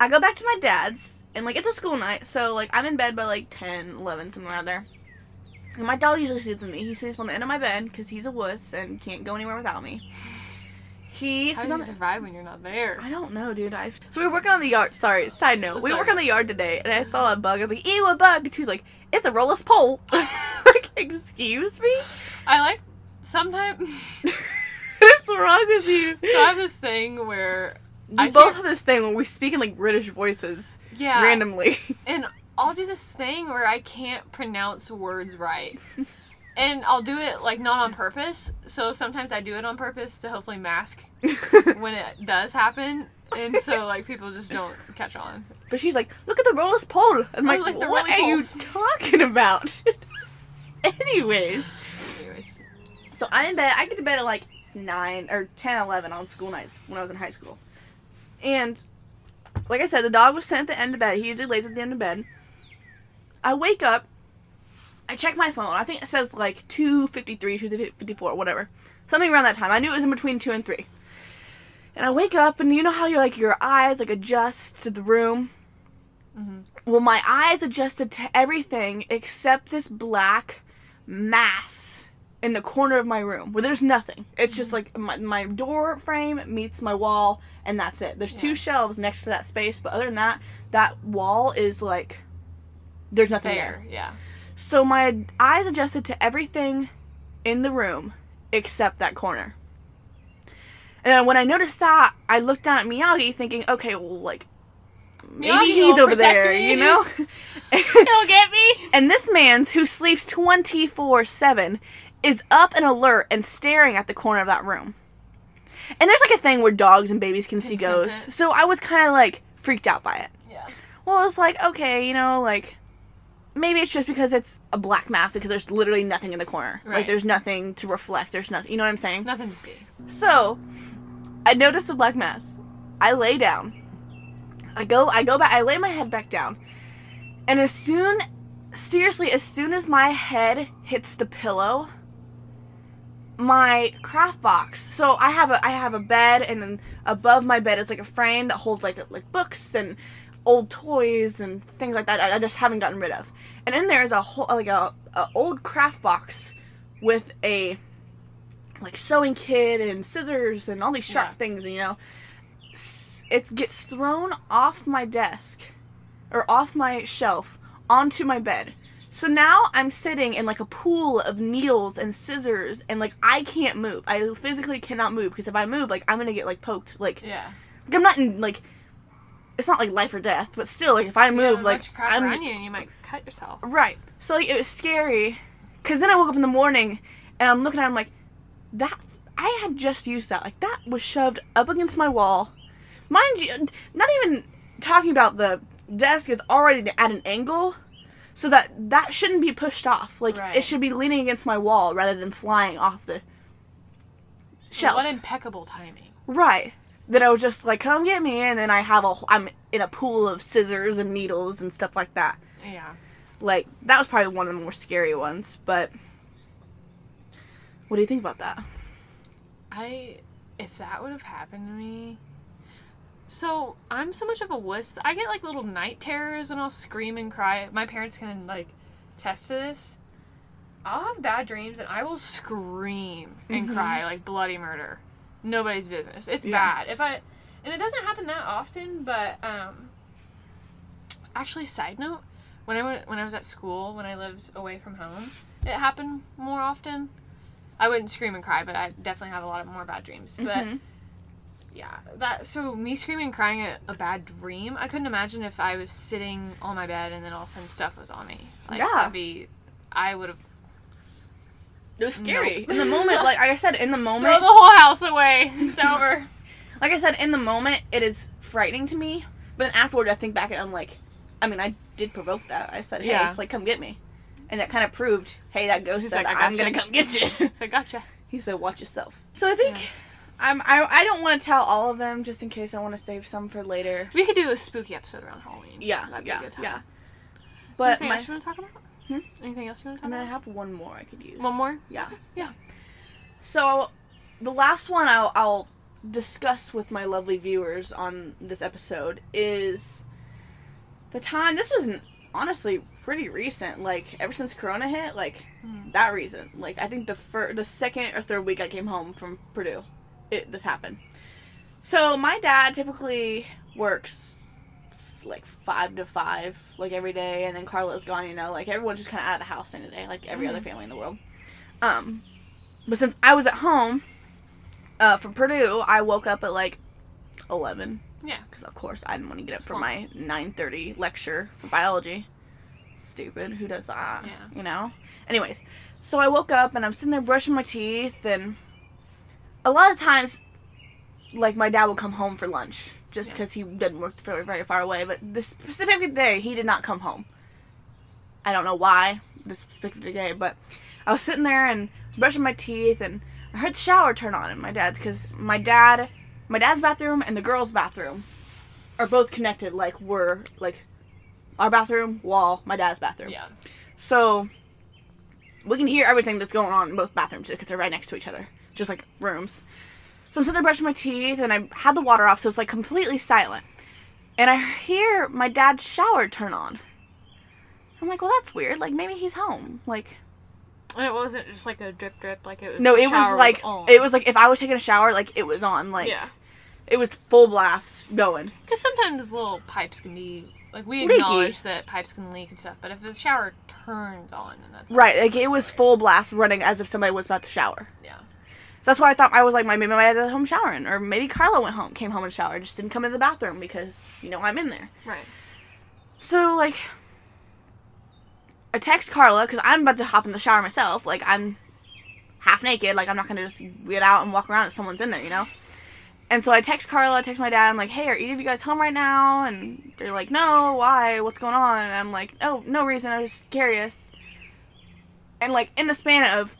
Speaker 2: I go back to my dad's and like it's a school night. So like I'm in bed by like 10, 11, somewhere out there. And my dog usually sleeps with me. He sleeps on the end of my bed because he's a wuss and can't go anywhere without me. He
Speaker 1: How
Speaker 2: sleeps
Speaker 1: do
Speaker 2: on
Speaker 1: you
Speaker 2: the-
Speaker 1: survive when you're not there?
Speaker 2: I don't know, dude. I so we were working on the yard. Sorry, side note. We were
Speaker 1: Sorry.
Speaker 2: working on the yard today, and I saw a bug. I was like, "Ew, a bug!" And she was like, "It's a rollerless pole." like, excuse me,
Speaker 1: I like sometimes.
Speaker 2: what's wrong with you?
Speaker 1: So I have this thing where
Speaker 2: we
Speaker 1: I
Speaker 2: both
Speaker 1: can't-
Speaker 2: have this thing when we speak in like British voices
Speaker 1: yeah,
Speaker 2: randomly.
Speaker 1: and I'll do this thing where I can't pronounce words right. And I'll do it like not on purpose. So sometimes I do it on purpose to hopefully mask when it does happen. And so like people just don't catch on.
Speaker 2: but she's like, "Look at the rollerless pole," and
Speaker 1: I
Speaker 2: I'm
Speaker 1: was
Speaker 2: like,
Speaker 1: like, "The
Speaker 2: "What
Speaker 1: roly
Speaker 2: are you
Speaker 1: poles."
Speaker 2: talking about?" Anyways,
Speaker 1: Anyways,
Speaker 2: So I'm in bed. I get to bed at like 9 or 10, 11 on school nights when I was in high school. And like I said, the dog was sent at the end of bed. He usually lays at the end of bed. I wake up. I check my phone. I think it says like 253, 254, whatever. Something around that time. I knew it was in between 2 and 3. And I wake up and you know how you're like your eyes like adjust to the room?
Speaker 1: Mhm.
Speaker 2: Well, my eyes adjusted to everything except this black mass in the corner of my room where there's nothing. It's just like my, my door frame meets my wall, and that's it. There's
Speaker 1: Yeah.
Speaker 2: two shelves next to that space, but other than that, that wall is like there's nothing there.
Speaker 1: there, yeah.
Speaker 2: So my eyes adjusted to everything in the room except that corner. And then when I noticed that, I looked down at Miyagi thinking, okay, well, like, maybe
Speaker 1: Miyagi
Speaker 2: he's
Speaker 1: will
Speaker 2: over
Speaker 1: protect
Speaker 2: there,
Speaker 1: me.
Speaker 2: you know?
Speaker 1: He'll get me.
Speaker 2: and this man's, who sleeps 24 7, is up and alert and staring at the corner of that room. And there's like a thing where dogs and babies can
Speaker 1: Can
Speaker 2: see
Speaker 1: sense
Speaker 2: ghosts.
Speaker 1: it.
Speaker 2: So I was kind of like freaked out by it.
Speaker 1: Yeah.
Speaker 2: Well, it's like, okay, you know, like maybe it's just because it's a black mass because there's literally nothing in the corner. Like
Speaker 1: Right.
Speaker 2: there's nothing to reflect. There's nothing. You know what I'm saying?
Speaker 1: Nothing to see.
Speaker 2: So, I noticed the black mass. I lay down. I go I go back I lay my head back down. And as soon seriously, as soon as my head hits the pillow, my craft box. So I have a I have a bed and then above my bed is like a frame that holds like like books and old toys and things like that I, I just haven't gotten rid of. And in there is a whole like a, a old craft box with a like sewing kit and scissors and all these sharp
Speaker 1: Yeah.
Speaker 2: things, you know. S- It gets thrown off my desk or off my shelf onto my bed. So now I'm sitting in like a pool of needles and scissors and like I can't move. I physically cannot move because if I move like I'm going to get like poked like
Speaker 1: Yeah.
Speaker 2: like, I'm not in like it's not like life or death, but still like if I move
Speaker 1: There's a
Speaker 2: like
Speaker 1: bunch of crap
Speaker 2: I'm
Speaker 1: around you, and you might cut yourself.
Speaker 2: right. So like it was scary cuz then I woke up in the morning and I'm looking at it, I'm like that I had just used that. Like that was shoved up against my wall. Mind you, not even talking about the desk is already at an angle so that that shouldn't be pushed off. Like
Speaker 1: Right.
Speaker 2: it should be leaning against my wall rather than flying off the shelf.
Speaker 1: What impeccable timing.
Speaker 2: Right. That I was just like, come get me, and then I have a, I'm in a pool of scissors and needles and stuff like that.
Speaker 1: Yeah.
Speaker 2: Like that was probably one of the more scary ones. But what do you think about that?
Speaker 1: I if that would have happened to me. So I'm so much of a wuss. I get like little night terrors and I'll scream and cry. My parents can like test to this, I'll have bad dreams and I will scream and
Speaker 2: Mhm.
Speaker 1: cry like bloody murder. Nobody's business. It's
Speaker 2: Yeah.
Speaker 1: bad. If I and it doesn't happen that often, but um actually side note, when I went, when I was at school, when I lived away from home, it happened more often. I wouldn't scream and cry, but I definitely have a lot of more bad dreams. But
Speaker 2: Mhm.
Speaker 1: yeah, that so me screaming and crying a, a bad dream. I couldn't imagine if I was sitting on my bed and then all of a sudden stuff was on me. Like,
Speaker 2: Yeah.
Speaker 1: that'd be. I would have
Speaker 2: it was scary
Speaker 1: Nope.
Speaker 2: in the moment. Like, I said, in the
Speaker 1: throw
Speaker 2: moment,
Speaker 1: the whole house away. It's over.
Speaker 2: like I said, in the moment, it is frightening to me. But then afterward, I think back and I'm like, I mean, I did provoke that. I said, hey,
Speaker 1: Yeah.
Speaker 2: like, come get me. And that kind of proved, hey, that ghost
Speaker 1: He's
Speaker 2: said,
Speaker 1: like, I
Speaker 2: I'm
Speaker 1: gotcha."
Speaker 2: going to come get you.
Speaker 1: So gotcha.
Speaker 2: he said, watch yourself. So I think I'm, I, I don't want to tell all of them just in case I want to save some for later.
Speaker 1: We could do a spooky episode around Halloween.
Speaker 2: Yeah,
Speaker 1: that'd be
Speaker 2: yeah,
Speaker 1: a good time.
Speaker 2: yeah. But
Speaker 1: anything
Speaker 2: my,
Speaker 1: else you want to talk about?
Speaker 2: Hmm?
Speaker 1: Anything else you want to
Speaker 2: I
Speaker 1: talk
Speaker 2: mean, I
Speaker 1: about?
Speaker 2: have one more I could use.
Speaker 1: One more.
Speaker 2: Yeah.
Speaker 1: Yeah.
Speaker 2: So the last one I'll, I'll discuss with my lovely viewers on this episode is the time. This was honestly pretty recent. Like ever since Corona hit, like
Speaker 1: Hmm.
Speaker 2: that reason. Like I think the fir- the second or third week I came home from Purdue, it this happened. So my dad typically works f- like five to five, like every day, and then Carla's gone. You know, like everyone's just kind of out of the house during the day, like every
Speaker 1: Mhm.
Speaker 2: other family in the world. Um, but since I was at home uh, from Purdue, I woke up at like eleven
Speaker 1: Yeah.
Speaker 2: because of course I didn't want to get up for
Speaker 1: Slump.
Speaker 2: my nine thirty lecture for biology. Stupid, who does that?
Speaker 1: Yeah.
Speaker 2: You know. Anyways, so I woke up and I'm sitting there brushing my teeth, and a lot of times, like my dad will come home for lunch just
Speaker 1: Yeah.
Speaker 2: because he didn't work very very far away. But this specific day, he did not come home. I don't know why this specific day, but I was sitting there and I was brushing my teeth, and I heard the shower turn on in my dad's because my dad, my dad's bathroom and the girls' bathroom are both connected. Like we're like our bathroom wall, my dad's bathroom.
Speaker 1: Yeah.
Speaker 2: So we can hear everything that's going on in both bathrooms because they're right next to each other, just like rooms. So I'm sitting there brushing my teeth and I had the water off, so it's like completely silent. And I hear my dad's shower turn on. I'm like, well, that's weird. Like maybe he's home. Like
Speaker 1: And it wasn't just like a drip drip. Like it was.
Speaker 2: no,
Speaker 1: the
Speaker 2: it
Speaker 1: shower
Speaker 2: was like
Speaker 1: on.
Speaker 2: it was like if I was taking a shower, like it was on. Like
Speaker 1: yeah.
Speaker 2: it was full blast going.
Speaker 1: Because sometimes little pipes can be like we
Speaker 2: Leaky.
Speaker 1: acknowledge that pipes can leak and stuff, but if the shower turns on, then that's
Speaker 2: Right, like it was
Speaker 1: Sorry.
Speaker 2: full blast running as if somebody was about to shower.
Speaker 1: Yeah.
Speaker 2: That's why I thought I was like, my maybe my dad's at home showering, or maybe Carla went home, came home and showered, just didn't come into the bathroom because you know I'm in there.
Speaker 1: Right.
Speaker 2: So like, I text Carla because I'm about to hop in the shower myself. Like I'm half naked. Like I'm not gonna just get out and walk around if someone's in there, you know. And so I text Carla, I text my dad. I'm like, hey, are either of you guys home right now? And they're like, no, why? What's going on? And I'm like, oh, no reason. I was just curious. And like in the span of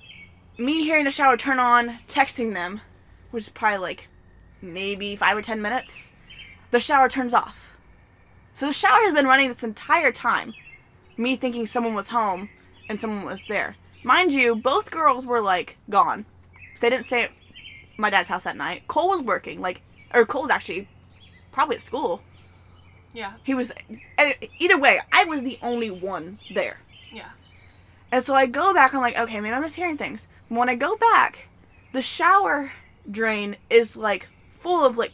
Speaker 2: me hearing the shower turn on, texting them, which is probably like maybe five or ten minutes, the shower turns off. So the shower has been running this entire time. Me thinking someone was home and someone was there. Mind you, both girls were like gone. So they didn't stay at my dad's house that night. Cole was working, like, or Cole's actually probably at school.
Speaker 1: Yeah.
Speaker 2: He was, e- either way, I was the only one there.
Speaker 1: Yeah.
Speaker 2: And so I go back, I'm like, okay, maybe I'm just hearing things. When I go back, the shower drain is like full of like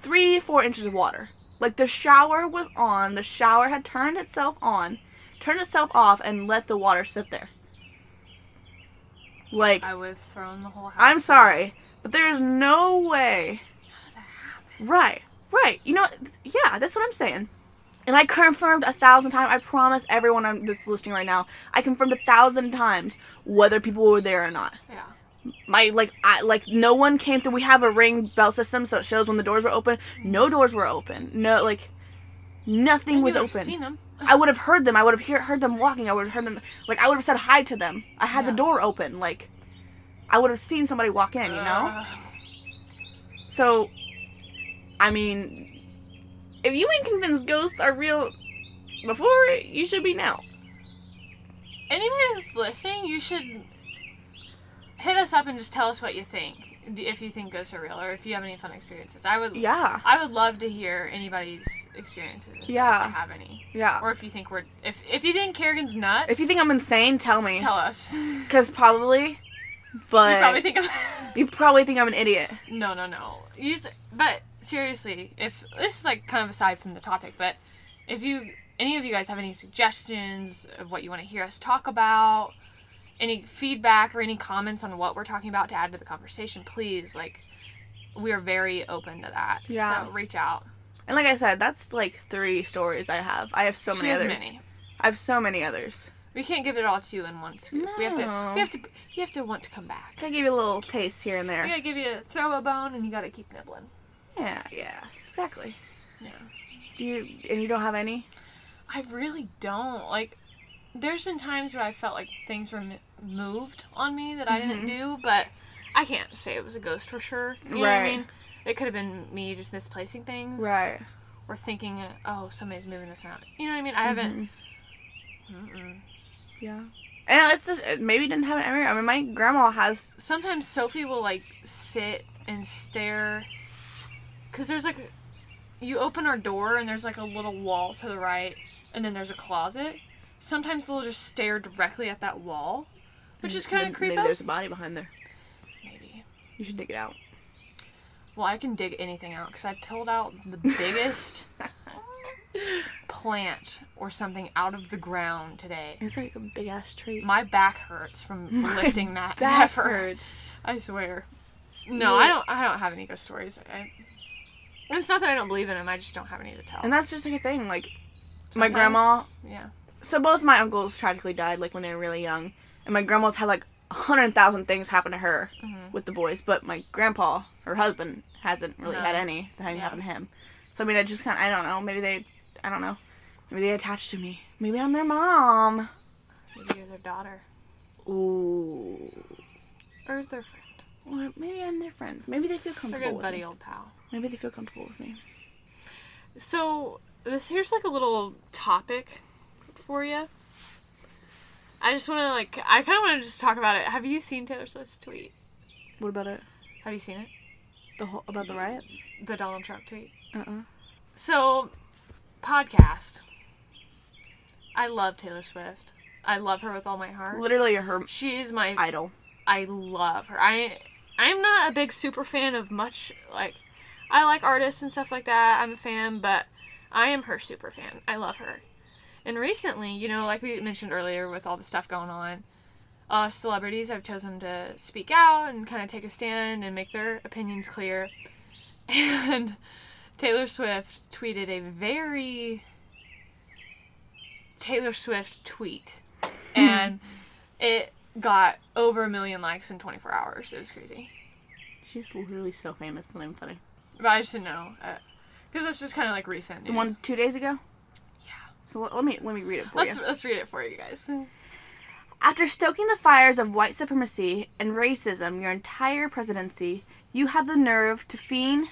Speaker 2: three, four inches of water. Like the shower was on, the shower had turned itself on, turned itself off, and let the water sit there. Like,
Speaker 1: I would have thrown the whole house.
Speaker 2: I'm sorry, but there's no way
Speaker 1: How does that happen?
Speaker 2: Right, right. You know, yeah, that's what I'm saying. And I confirmed a thousand times. I promise everyone I'm, that's listening right now. I confirmed a thousand times whether people were there or not.
Speaker 1: Yeah.
Speaker 2: My like, I like no one came through. We have a ring bell system, so it shows when the doors were open. No doors were open. No, like, nothing
Speaker 1: And
Speaker 2: was
Speaker 1: you would've
Speaker 2: open.
Speaker 1: Seen them.
Speaker 2: I would have heard them. I would have hear, heard them walking. I would have heard them. Like, I would have said hi to them. I had
Speaker 1: Yeah.
Speaker 2: the door open. Like, I would have seen somebody walk in. You know.
Speaker 1: Uh,
Speaker 2: So, I mean, if you ain't convinced ghosts are real before, you should be now.
Speaker 1: anybody that's listening, you should hit us up and just tell us what you think. d- if you think ghosts are real or if you have any fun experiences. I would
Speaker 2: Yeah.
Speaker 1: I would love to hear anybody's experiences. If
Speaker 2: Yeah.
Speaker 1: If you have any,
Speaker 2: Yeah.
Speaker 1: or if you think we're if if you think Kerrigan's nuts,
Speaker 2: If you think I'm insane, tell me.
Speaker 1: tell us. you
Speaker 2: Because probably, but
Speaker 1: probably think I'm.
Speaker 2: you probably think I'm an idiot.
Speaker 1: no, no, no. You just, but seriously, if this is like kind of aside from the topic, but if you any of you guys have any suggestions of what you want to hear us talk about, any feedback or any comments on what we're talking about to add to the conversation, please like we are very open to that.
Speaker 2: Yeah.
Speaker 1: So reach out.
Speaker 2: And like I said, that's like three stories I have. I have so
Speaker 1: She
Speaker 2: many
Speaker 1: has
Speaker 2: others.
Speaker 1: many.
Speaker 2: I have so many others.
Speaker 1: We can't give it all to you in one scoop. We have to.
Speaker 2: No.
Speaker 1: We have to. You have to want to come back.
Speaker 2: I give you a little taste here and
Speaker 1: We
Speaker 2: there.
Speaker 1: gotta give you throw a bone, and you gotta keep nibbling.
Speaker 2: Yeah, yeah, exactly.
Speaker 1: Yeah.
Speaker 2: You and you don't have any.
Speaker 1: I really don't like. There's been times where I felt like things were m- moved on me that I didn't
Speaker 2: Mhm.
Speaker 1: do, but I can't say it was a ghost for sure. You know what I
Speaker 2: Right.
Speaker 1: mean? It could have been me just misplacing things,
Speaker 2: Right.
Speaker 1: Or thinking, uh, oh, somebody's moving this around. You know what I mean? I haven't. Mm-mm.
Speaker 2: Mm-hmm. Yeah. And it's just it maybe didn't have an area. I mean, my grandma has.
Speaker 1: sometimes Sophie will like sit and stare because there's like you open our door and there's like a little wall to the right and then there's a closet. Sometimes they'll just stare directly at that wall, which is kind of
Speaker 2: Mm, Maybe
Speaker 1: creepy.
Speaker 2: There's a body behind there.
Speaker 1: Maybe.
Speaker 2: You should dig it out.
Speaker 1: Well, I can dig anything out because I pulled out the biggest plant or something out of the ground today.
Speaker 2: It's like a big ass tree.
Speaker 1: My back hurts from
Speaker 2: My
Speaker 1: lifting that
Speaker 2: back
Speaker 1: effort.
Speaker 2: hurts.
Speaker 1: I swear. No,
Speaker 2: You-
Speaker 1: I don't. I don't have any ghost stories. I, it's not that I don't believe in them. I just don't have any to tell.
Speaker 2: And that's just like a thing. Like my
Speaker 1: Sometimes-
Speaker 2: grandma.
Speaker 1: Yeah.
Speaker 2: So both my uncles tragically died like when they were really young, and my grandma's had like a hundred thousand things happen to her
Speaker 1: Mhm.
Speaker 2: with the boys, but my grandpa, her husband, hasn't really
Speaker 1: No.
Speaker 2: had any thing
Speaker 1: Yeah.
Speaker 2: happen to him. So I mean, I just kind of I don't know. Maybe they, I don't know. Maybe they attached to me. Maybe I'm their mom.
Speaker 1: Maybe you're their daughter
Speaker 2: Ooh.
Speaker 1: or their friend.
Speaker 2: Or maybe I'm their friend. Maybe they feel
Speaker 1: Their
Speaker 2: comfortable
Speaker 1: good
Speaker 2: with
Speaker 1: buddy,
Speaker 2: me.
Speaker 1: old pal.
Speaker 2: Maybe they feel comfortable with me.
Speaker 1: So this here's like a little topic for you. I just want to like. I kind of want to just talk about it. Have you seen Taylor Swift's tweet?
Speaker 2: What about it?
Speaker 1: Have you seen it?
Speaker 2: The whole about the riots?
Speaker 1: The Donald Trump tweet.
Speaker 2: Uh-uh.
Speaker 1: So, podcast. I love Taylor Swift. I love her with all my heart.
Speaker 2: Literally her
Speaker 1: She is my
Speaker 2: idol.
Speaker 1: I love her. I I'm not a big super fan of much like I like artists and stuff like that. I'm a fan, but I am her super fan. I love her. And recently, you know, like we mentioned earlier with all the stuff going on, uh celebrities have chosen to speak out and kind of take a stand and make their opinions clear. And Taylor Swift tweeted a very Taylor Swift tweet. And it got over a million likes in 24 hours. It was crazy.
Speaker 2: She's literally so famous. It's not even funny.
Speaker 1: But I just didn't know. Because that's just kind of like recent.
Speaker 2: The
Speaker 1: news.
Speaker 2: one two days ago.
Speaker 1: Yeah.
Speaker 2: So let, let me let me read it for you.
Speaker 1: Let's, let's read it for you guys.
Speaker 2: After stoking the fires of white supremacy and racism your entire presidency, you have the nerve to fiend,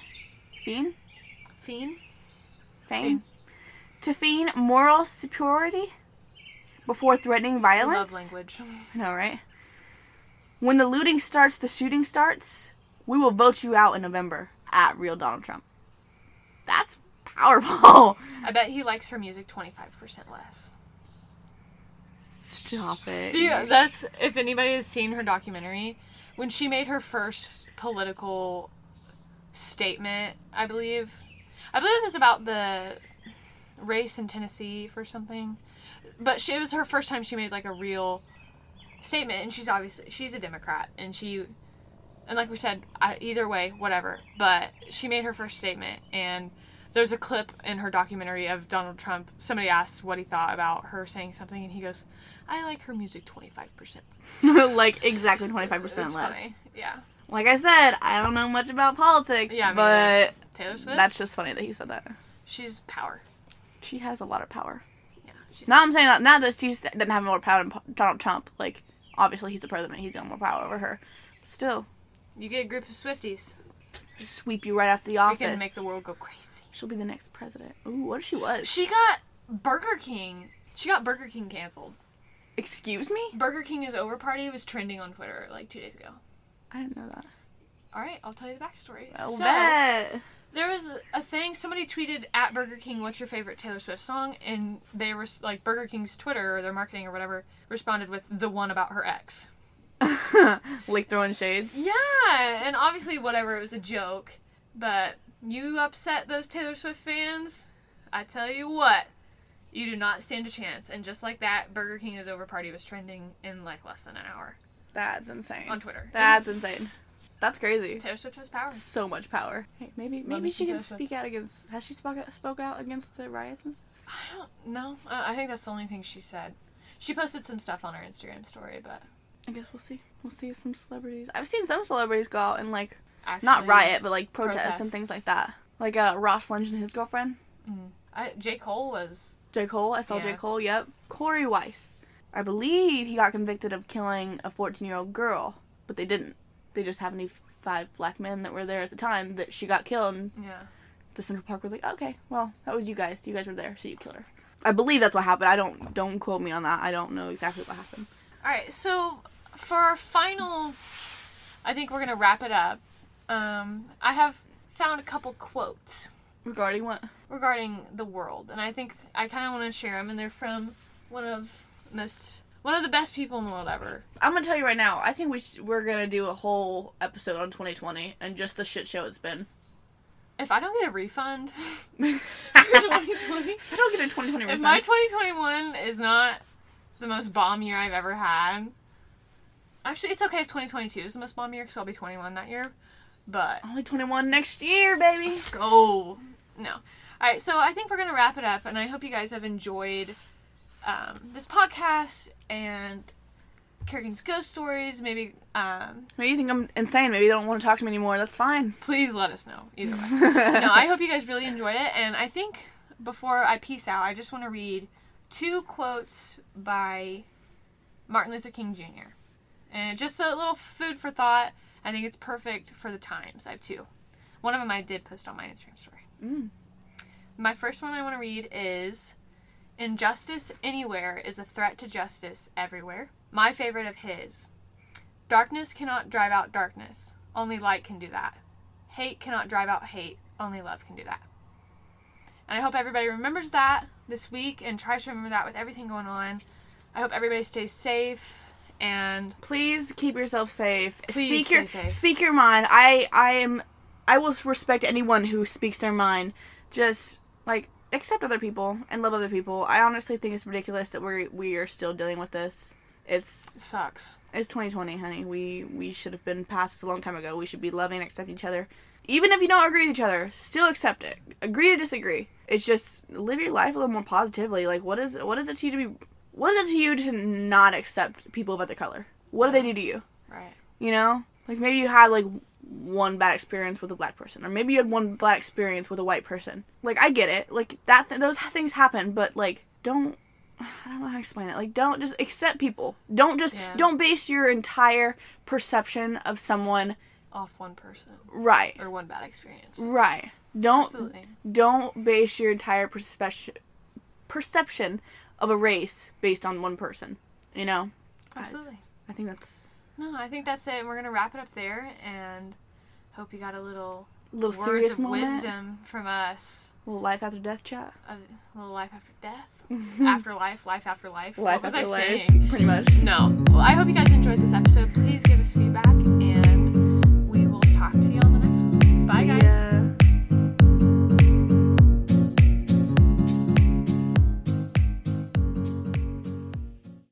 Speaker 2: fiend,
Speaker 1: Fiend?
Speaker 2: feign, to feign moral superiority before threatening
Speaker 1: I
Speaker 2: violence.
Speaker 1: Love language.
Speaker 2: I know, right? When the looting starts, the shooting starts. We will vote you out in November at real Donald Trump. That's powerful.
Speaker 1: I bet he likes her music 25% less.
Speaker 2: Stop it.
Speaker 1: Yeah, that's, if anybody has seen her documentary, when she made her first political statement, I believe, I believe it was about the race in Tennessee for something. But she, it was her first time she made like a real statement, and she's obviously she's a Democrat, and she, and like we said, I, either way, whatever. But she made her first statement, and there's a clip in her documentary of Donald Trump. Somebody asks what he thought about her saying something, and he goes, "I like her music 25 percent
Speaker 2: like exactly 25% less.
Speaker 1: Yeah,
Speaker 2: Like I said, I don't know much about politics,
Speaker 1: Yeah, me Oh,
Speaker 2: but
Speaker 1: Taylor Swift.
Speaker 2: that's just funny that he said that.
Speaker 1: she's power.
Speaker 2: She has a lot of power.
Speaker 1: Yeah, she,
Speaker 2: Now I'm saying that not that she doesn't have more power than P- Donald Trump. Like obviously he's the president, he's got more power over her. Still,
Speaker 1: you get a group of Swifties,
Speaker 2: sweep you right off the
Speaker 1: you
Speaker 2: office.
Speaker 1: can make the world go crazy.
Speaker 2: She'll be the next president. Ooh, what if she was?
Speaker 1: She got Burger King. She got Burger King canceled.
Speaker 2: Excuse me?
Speaker 1: Burger King is over party was trending on Twitter like two days ago.
Speaker 2: I didn't know that.
Speaker 1: All right, I'll tell you the backstory.
Speaker 2: I'll
Speaker 1: so,
Speaker 2: bet.
Speaker 1: there was a thing somebody tweeted at Burger King, "What's your favorite Taylor Swift song?" And they were like Burger King's Twitter or their marketing or whatever responded with the one about her ex.
Speaker 2: like throwing shades.
Speaker 1: Yeah, and obviously whatever it was a joke, but you upset those Taylor Swift fans. I tell you what, you do not stand a chance. And just like that, Burger King is over party was trending in like less than an hour
Speaker 2: That's insane.
Speaker 1: on Twitter.
Speaker 2: That's insane. That's crazy.
Speaker 1: Taylor Swift has power.
Speaker 2: So much power. Hey, maybe maybe
Speaker 1: Mommy,
Speaker 2: she
Speaker 1: she
Speaker 2: can
Speaker 1: does have-
Speaker 2: speak out against. Has she spoke out, spoke out against the riots? And stuff?
Speaker 1: I don't know. Uh, I think that's the only thing she said. She posted some stuff on her Instagram story, but
Speaker 2: I guess we'll see. We'll see if some celebrities. I've seen some celebrities go out and like
Speaker 1: actually,
Speaker 2: not riot, but like protest,
Speaker 1: protest.
Speaker 2: and things like that. Like uh, Ross Lynch and his girlfriend,
Speaker 1: I, J Cole was
Speaker 2: J Cole. I saw J
Speaker 1: Yeah.
Speaker 2: Cole. Yep, Corey Weiss. I believe he got convicted of killing a 14 year old girl, but they didn't. They just happened to be five black men that were there at the time that she got killed, and
Speaker 1: yeah.
Speaker 2: the Central Park was like, okay, well, that was you guys. You guys were there, so you killed her. I believe that's what happened. I don't don't quote me on that. I don't know exactly what happened.
Speaker 1: All right, so for our final, I think we're gonna wrap it up. Um, I have found a couple quotes
Speaker 2: Regarding what?
Speaker 1: regarding the world, and I think I kind of want to share them, and they're from one of most one of the best people in the world ever.
Speaker 2: I'm gonna tell you right now. I think we sh- we're gonna do a whole episode on 2020 and just the shit show it's been.
Speaker 1: If I don't get a refund,
Speaker 2: if
Speaker 1: 2020,
Speaker 2: I don't get a 2020
Speaker 1: if
Speaker 2: refund,
Speaker 1: my 2021 is not the most bomb year I've ever had, actually, it's okay if 2022 is the most bomb year because I'll be 21 that year, but
Speaker 2: only 21 next year, baby.
Speaker 1: Let's go. No. All right, so I think we're going to wrap it up, and I hope you guys have enjoyed um, this podcast and Kerrigan's ghost stories. Maybe um,
Speaker 2: Maybe you think I'm insane. Maybe they don't want to talk to me anymore. That's fine.
Speaker 1: please let us know either way. no, I hope you guys really enjoyed it, and I think before I peace out, I just want to read two quotes by Martin Luther King Jr. And just a little food for thought. I think it's perfect for the times. I have two. One of them I did post on my Instagram story.
Speaker 2: Mm.
Speaker 1: My first one I want to read is Injustice anywhere is a threat to justice everywhere. My favorite of his Darkness cannot drive out darkness, only light can do that. Hate cannot drive out hate, only love can do that. And I hope everybody remembers that this week and tries to remember that with everything going on. I hope everybody stays safe and
Speaker 2: Please keep yourself safe.
Speaker 1: Please
Speaker 2: speak your
Speaker 1: stay safe.
Speaker 2: speak your mind. I I am I will respect anyone who speaks their mind. Just like accept other people and love other people. I honestly think it's ridiculous that we we are still dealing with this. It's
Speaker 1: sucks.
Speaker 2: It's 2020, honey. We we should have been past this a long time ago. We should be loving and accepting each other. Even if you don't agree with each other, still accept it. Agree to disagree. It's just live your life a little more positively. Like what is what is it to you to be what is it to you to not accept people of other color? What do they do to you?
Speaker 1: Right.
Speaker 2: You know? Like maybe you had like one bad experience with a black person or maybe you had one bad experience with a white person. Like I get it. Like that th- those things happen, but like don't I don't know how to explain it. Like don't just accept people. Don't just
Speaker 1: Yeah.
Speaker 2: don't base your entire perception of someone
Speaker 1: Off one person
Speaker 2: right.
Speaker 1: or one bad experience.
Speaker 2: Right. Don't
Speaker 1: Absolutely.
Speaker 2: don't base your entire perception perception of a race based on one person. You know?
Speaker 1: Absolutely.
Speaker 2: I think that's
Speaker 1: No, I think that's it. And we're going to wrap it up there and hope you got a little
Speaker 2: a little
Speaker 1: words
Speaker 2: serious
Speaker 1: of
Speaker 2: moment.
Speaker 1: wisdom from us.
Speaker 2: Little life after death chat.
Speaker 1: A little life after death. Afterlife, life after life.
Speaker 2: life
Speaker 1: what was
Speaker 2: after
Speaker 1: I
Speaker 2: life,
Speaker 1: saying?
Speaker 2: pretty much.
Speaker 1: No. Well, I hope you guys enjoyed this episode. Please give us feedback and we will talk to you on the next